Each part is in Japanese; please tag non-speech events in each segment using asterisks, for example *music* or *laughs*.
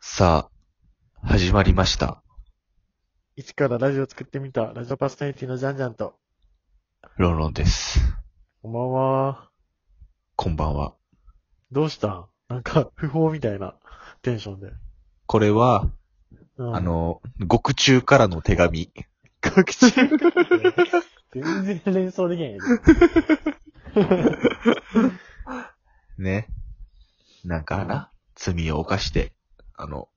さあ、始まりました。一からラジオ作ってみた、ラジオパーソナリティのジャンジャンと、ロンロンです。こんばんは。こんばんは。どうしたんなんか、 *laughs* 不法みたいなテンションで。これは、うんあ、の、獄中からの手紙。各地。全然連想で *laughs* きない。ね。なんかな、罪を犯して、あの、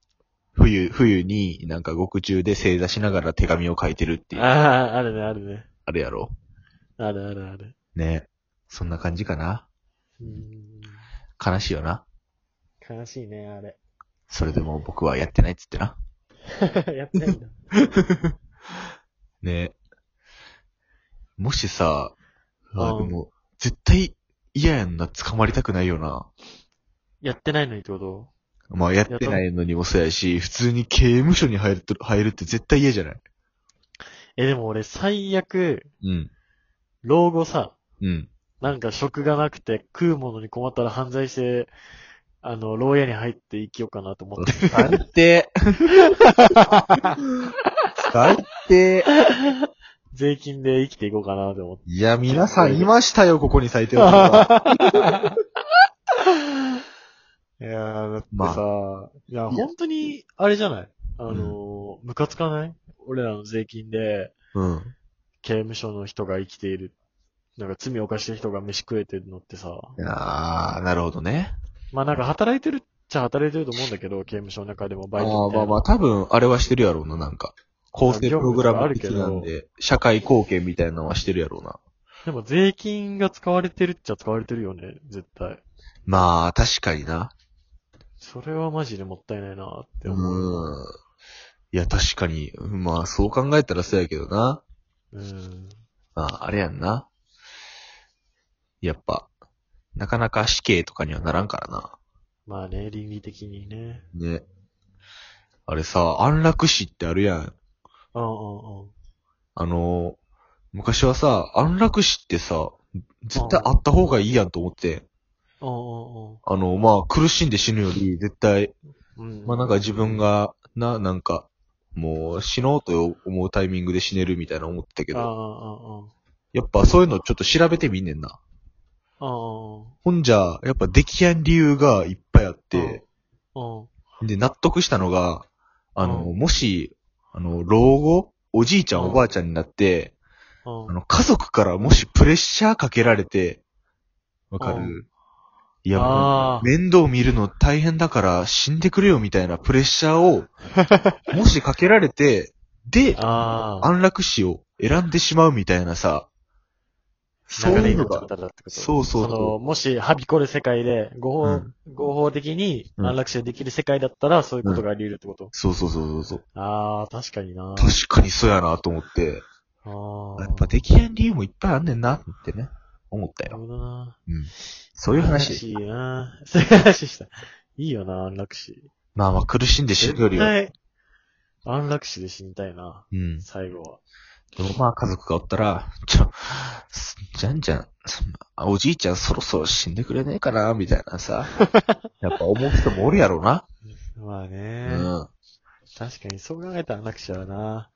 冬、冬になんか獄中で正座しながら手紙を書いてるっていう、あああ、あるね、あるね。れやろ。あるあるある。ね。そんな感じかな。うー悲しいよな。ん悲しいね、あれ。 *laughs* それでも僕はやってないっつってな。やってないんだ。 *laughs* ね。もしさ、あうでんも、絶対嫌やんな、捕まりたくないよな。やってないのにってことまあ、やってないのにもそうやし、普通に刑務所に入ると、入るって絶対嫌じゃないえ、でも俺、最悪、うん。老後さ、うん。なんか職がなくて食うものに困ったら犯罪して、あの、牢屋に入って生きようかなと思 *laughs* って。最低。最低。税金で生きていこうかなと思って。いや、皆さんいましたよ、ここに最低 *laughs* は。いやー、だってさ、まいや、本当に、あれじゃないあのー、ムカつかない俺らの税金で、うん。刑務所の人が生きている。なんか罪を犯してる人が飯食えてるのってさ。ああ、なるほどね。まあなんか働いてるっちゃ働いてると思うんだけど、刑務所の中でもあバイトあみたいまな。あまあ、多分、あれはしてるやろうな、なんか。構成プログラム的なんで、社会貢献みたいなのはしてるやろうな。でも税金が使われてるっちゃ使われてるよね、絶対。まあ、確かにな。それはマジでもったいないなって思う。うん。いや、確かに。まあ、そう考えたらそうやけどな。うん。まあ、あれやんな。やっぱ、なかなか死刑とかにはならんからまあね、倫理的にね。な。ね。あれさ、安楽死ってあるやん。うんうんうん。あの、昔はさ、安楽死ってさ、絶対あった方がいいやんと思って。うんうんあの、まあ、苦しんで死ぬより、絶対、うん。うん。まあなんか自分が、な、なんか、もう死のうと思うタイミングで死ねるみたいな思ってたけああ、あど、あ、ああ。やっぱそういうのちょっと調べてみんねんな。ああ。ほんじゃ、やっぱ出来やん理由がいっぱいあって、うん。で、納得したのが、あの、うもし、あの、老後、おじいちゃん、うんおばあちゃんになって、うん。あの、家族からもしプレッシャーかけられて、わかうるいや、もあうー面倒見るの大変だから死んでくれよみたいなプレッシャ *laughs* ーを、もしかけられて、で、ああ。安楽死を選んでしまうみたいなさ、そう流れいうになのっちゃっが、たらってことそうそうそうの、もし、はびこる世界で、合法、うん合法的にうん安楽死できる世界だったら、そういうことがあり得るってこと、そうそうそうそうそう。ああ、確かにな。確かにそうやなと思って、ああ。やっぱ出来やん理由もいっぱいあんねんなってね、思ったなるよ。ほどな。そういう安楽死話。いいな。 *laughs* そういう話した。いいよな、安楽死。まあまあ苦しんで死ぬよりは。絶対安楽死で死にたいな、うん。で最後は。もまあ家族がおったら、ちょ、すじゃんじゃん、そんなあおじいちゃんそろそろ死んでくれねえかな、みたいな *laughs* さ。やっぱ思う人もおるやろうな。まあうね、ん。確かにそう考えたら安楽死はな、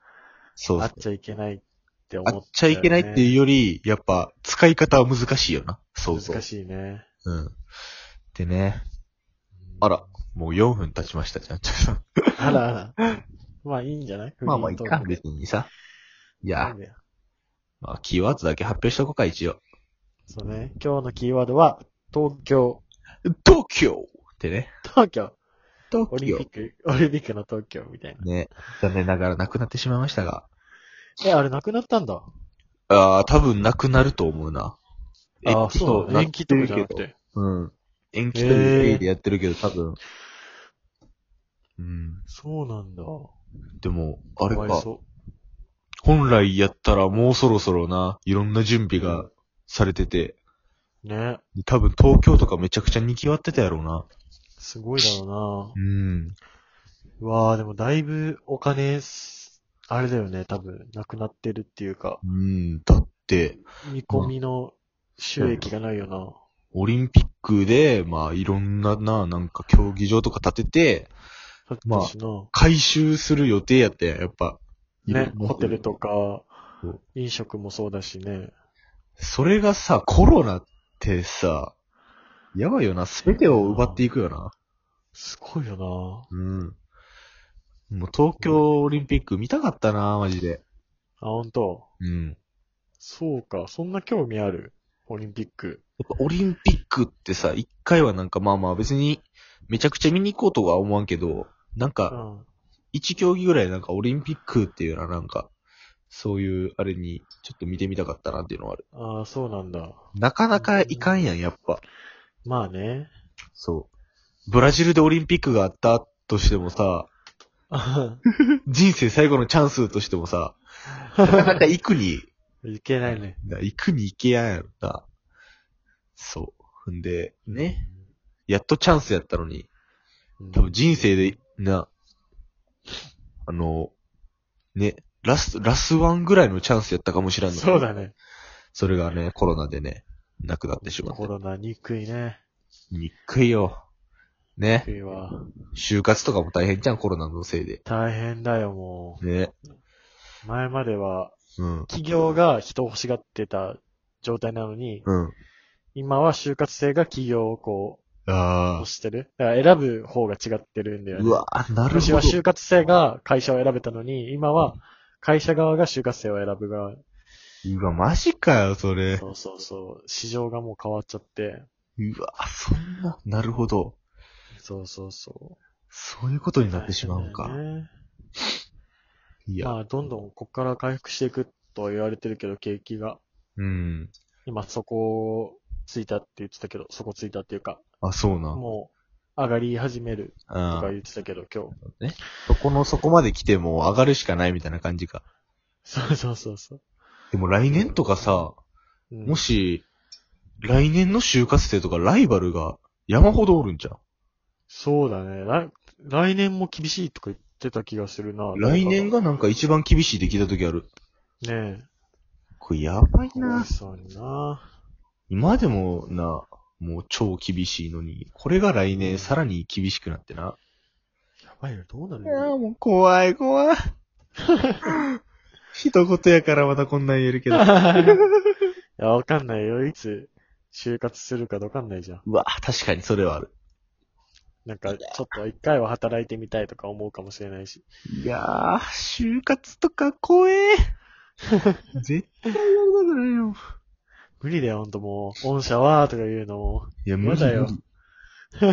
そうあそっう。ちゃいけないって思あっっちゃいけないっていうより、やっぱ使い方は難しいよな。そうそう難。しいね。うん。でね、あら、もう4分経ちましたじゃん。ちょっとあらあら。 *laughs* まあいいんじゃないまあまあいいか、フリー別にさ。いトーやク、でまあキーワードだけ発表しとこうか、一応。そうね。今日のキーワードは、東京。東京ってね。東京。東オリン京ピッ。ク、オリンピックの東京みたいな。ね、残念ながらなくなってしまいましたが。え、あれなくなったんだ。ああ、多分なくなると思うな。ああ、延期そうなの。なっ延期とかじゃなくてるて。けど。うん。延期という経緯でやってるけど、多分。うん。そうなんだ。でも、あれかわいか。そ本来やったらもうそろそろな、いろんな準備がされてて、う。ね。多分東京とかめちゃくちゃ賑わってたやろうな。すごいだろうん。うな。うわあ、でもだいぶお金す、あれだよね、多分、なくなってるっていうか、うん。だって、見込みの収益がないよな。オリンピックで、まあいろんなな、なんか競技場とか建てて、さっきの市の、回収する予定やったやん、やっぱ。ね、ホテルとかそう、飲食もそうだしね。それがさ、コロナってさ、やばいよな。すべてを奪っていくよな。すごいよなうん。もう東京オリンピック見たかったな、マジで。あ、本当うん。そうか、そんな興味あるオリンピック。やっぱオリンピックってさ、一回はなんかまあまあ別に、めちゃくちゃ見に行こうとは思わんけど、なんうか、ん。一競技ぐらいなんかオリンピックっていうのはなんか、そういうあれにちょっと見てみたかったなっていうのはある。ああ、そうなんだ。なかなかいかんやん、やっぱ。まあね。 *laughs* そう。ブラジルでオリンピックがあったとしてもさ、人生最後のチャンスとしても *laughs* さ、なかなか行くに、いけないね。な行くに行けやんやろな。そう。んで、ね。やっとチャンスやったのに、うん。多分人生で、な、あの、ね、ラス、ラスワンぐらいのチャンスやったかもしれんの。そうだ。ね。それがね、コロナでね、なくなってしまったコ。ロナ憎いね。にっくいよ。ね、憎いわ。就活とかも大変じゃん、コロナのせいで。大変だよ、もね、う。前までは、うん、企業が人を欲しがってた状態なのに、うん。今は就活生が企業をこう、あ欲してる。だから選ぶ方が違ってるんだあ、よね。うわ、なる昔ほはど。就活生が会社を選べたのに、今は会社側が就活生を選ぶが、うわ、マジかよ、それ。そうそうそう、市場がもう変わっちゃって、うわ、そんな、なるほど。そうそうそそういうことう。になってしまうんか。大変だよねいや、まあ、どんどんこっから回復していくとは言われてるけど、景気が。うん。今そこをついたって言ってたけど、そこついたっていうか、あ、そうな。もう上がり始めるとあか言ってたけど、今日。そこの、そこまで来ても上がるしかないみたいな感じか。そうそうそうそう。でも来年とかさ、うんも、し、来年の就活生とかライバルが山ほどおるんじゃん。そうだね。来来年も厳しいとか言ってた気がするな。来年がなんか一番厳しいできた時ある。ねえ。これやばいかわ。ないそうにな。今でもな、もう超厳しいのに、これが来年さらに厳しくなってな。やばいよ、どうなるいやーもう怖い怖い。 *laughs* 一言やからまたこんなん言えるけど。 *laughs* いや、わかんないよ。いつ、就活するかわかんないじゃん。 *laughs* うわ、確かにそれはある。なんか、ちょっと一回は働いてみたいとか思うかもしれないし。いやー、就活とか怖 *laughs* え。絶対やりたくないよ。無理だよ、ほんともう。御社は、とか言うのも。 *laughs* いや、無無理理無理無理。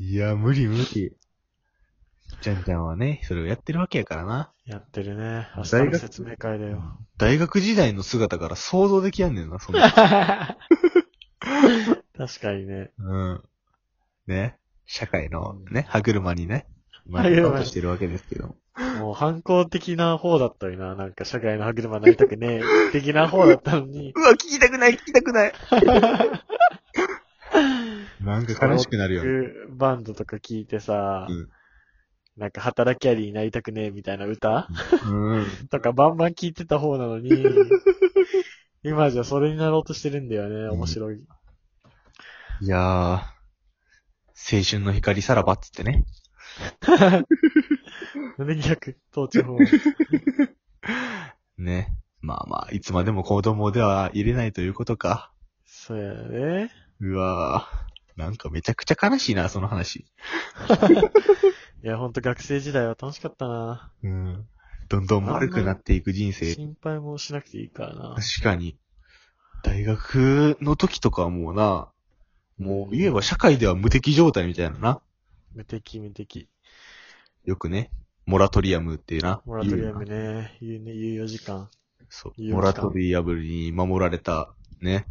*laughs* いや、無理無理。ちゃんちゃんはね、それをやってるわけやからな。やってるね。明日大の学説明会だよ。大学時代の姿から想像できやんねんな、そん *laughs* な。確かにね。うん。ね。社会のね、歯車にね、歯学車にぼうとしてるわけですけど。もう反抗的な方だったよな。なんか、社会の歯車になりたくねえ、的な方だったのに。うわ、聞きたくない、聞きたくない。 *laughs* なんか悲しくなるよね。ロックバンドとか聞いてさ、うんなんか働きありになりたくねえみたいな歌、うん。とかバンバン聞いてた方な *laughs* のに、今じゃそれになろうとしてるんだよね。面白い。いやー、青春の光さらばっつってね。なんで逆、統治法。ね。まあまあ、いつまでも子供では入れないということか。そうやね。うわー。なんかめちゃくちゃ悲しいな、その話。いや、ほんと学生時代は楽しかったな。うん。どんどん悪くなっていく人生。心配もしなくていいからな。確かに。大学の時とかはもうな、もう言えば社会では無敵状態みたいなな。無敵無敵。よくね、モラトリアムっていうな。モラトリ言アうムよね。有ね有用時間。なそ言うう。よモラトリアムに守られた、ね、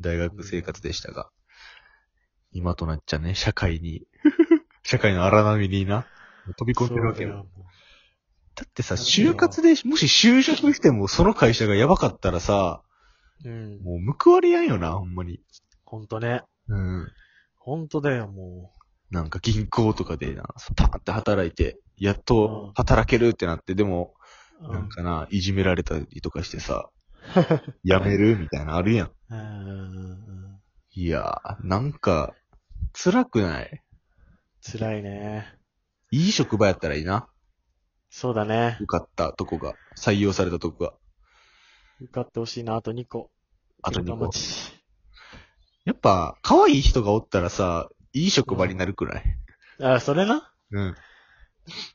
大学生活でしたが、今となっちゃね、社会に、 *laughs* 社会の荒波にな、飛び込んでるわけそうだよ。よもだってさ、そうだよ就活で、もし就職してもその会社がやばかったらさ、ううん。もう報われやんよな、ほんまに。ほんとね。うん。ほんとだよ、もなんか銀行とかでな、パーンって働いて、やっうんと働けるってなって、でも、う。うなんかな、いじめられたりとかして *laughs* さ、やめるみたいなのあるやん。うんうんうんうんいやー、なんか、辛くない辛いね。いい職場やったらいいな。そうだね。受かったとこが、採用されたとこが。受かってほしいな、あと2個。あと2頑張っ個て。やっぱ、可愛い人がおったらさ、いい職場になるくらい。あ、それな。うん。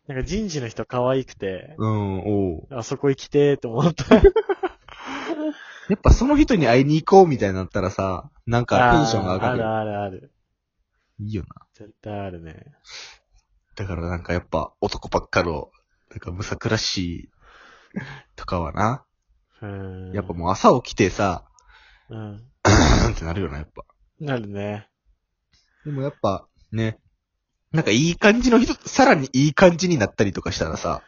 なんか人事の人可愛くて、うん、おうあそこ行きてーって思った。やっぱその人に会いに行こうみたいになったらさ、なんかテンションが上があーる。あるあるある。いいよな。絶対あるね。だからなんかやっぱ男ばっかの、なんかむさくらしいとかはな。うん。やっぱもう朝起きてさ、うん。なんってなるよな、やっぱ。なるね。でもやっぱ、ね。なんかいい感じの人、さらにいい感じになったりとかしたらさ、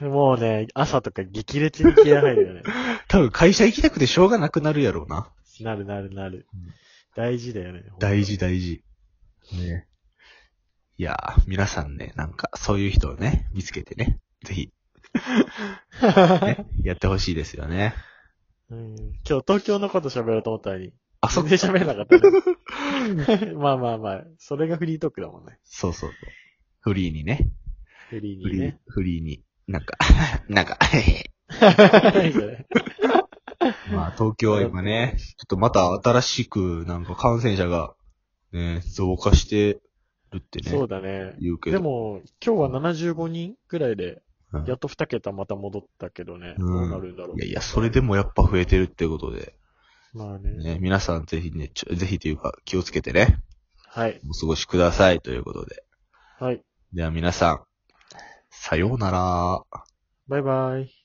もうね、朝とか激烈に気合入るよね。 *laughs* 多分会社行きたくてしょうがなくなるやろうな。なるなるなるうん。大事だよね。大事大事。ね。いやー、皆さんね、なんかそういう人をね、見つけてね、ぜひ、 *laughs* ね、やってほしいですよね。うん今日東京のこと喋ろうと思ったのに、あ、そ全っ然喋れなかったね。 *laughs* まあまあまあ、それがフリートークだもんね。そうそうそう。フリーにね。フリーフにリーね、。フリーに。なんか、 *laughs* なんか、 *laughs* いいじゃないまあ東京は今ね、ちょっとまた新しくなんか感染者がね、増加してるってね、そうだね。言うけでど。も、今日は75人ぐらいで、うんやっと2桁また戻ったけどね。どうんうなるんだろいやいや、それでもやっぱ増えてるってことで、う。まあね。ね、皆さんぜひね、ちょぜひというか気をつけてね、はい。お過ごしくださいということで。はい。では皆さん、さようなら。バイバイ。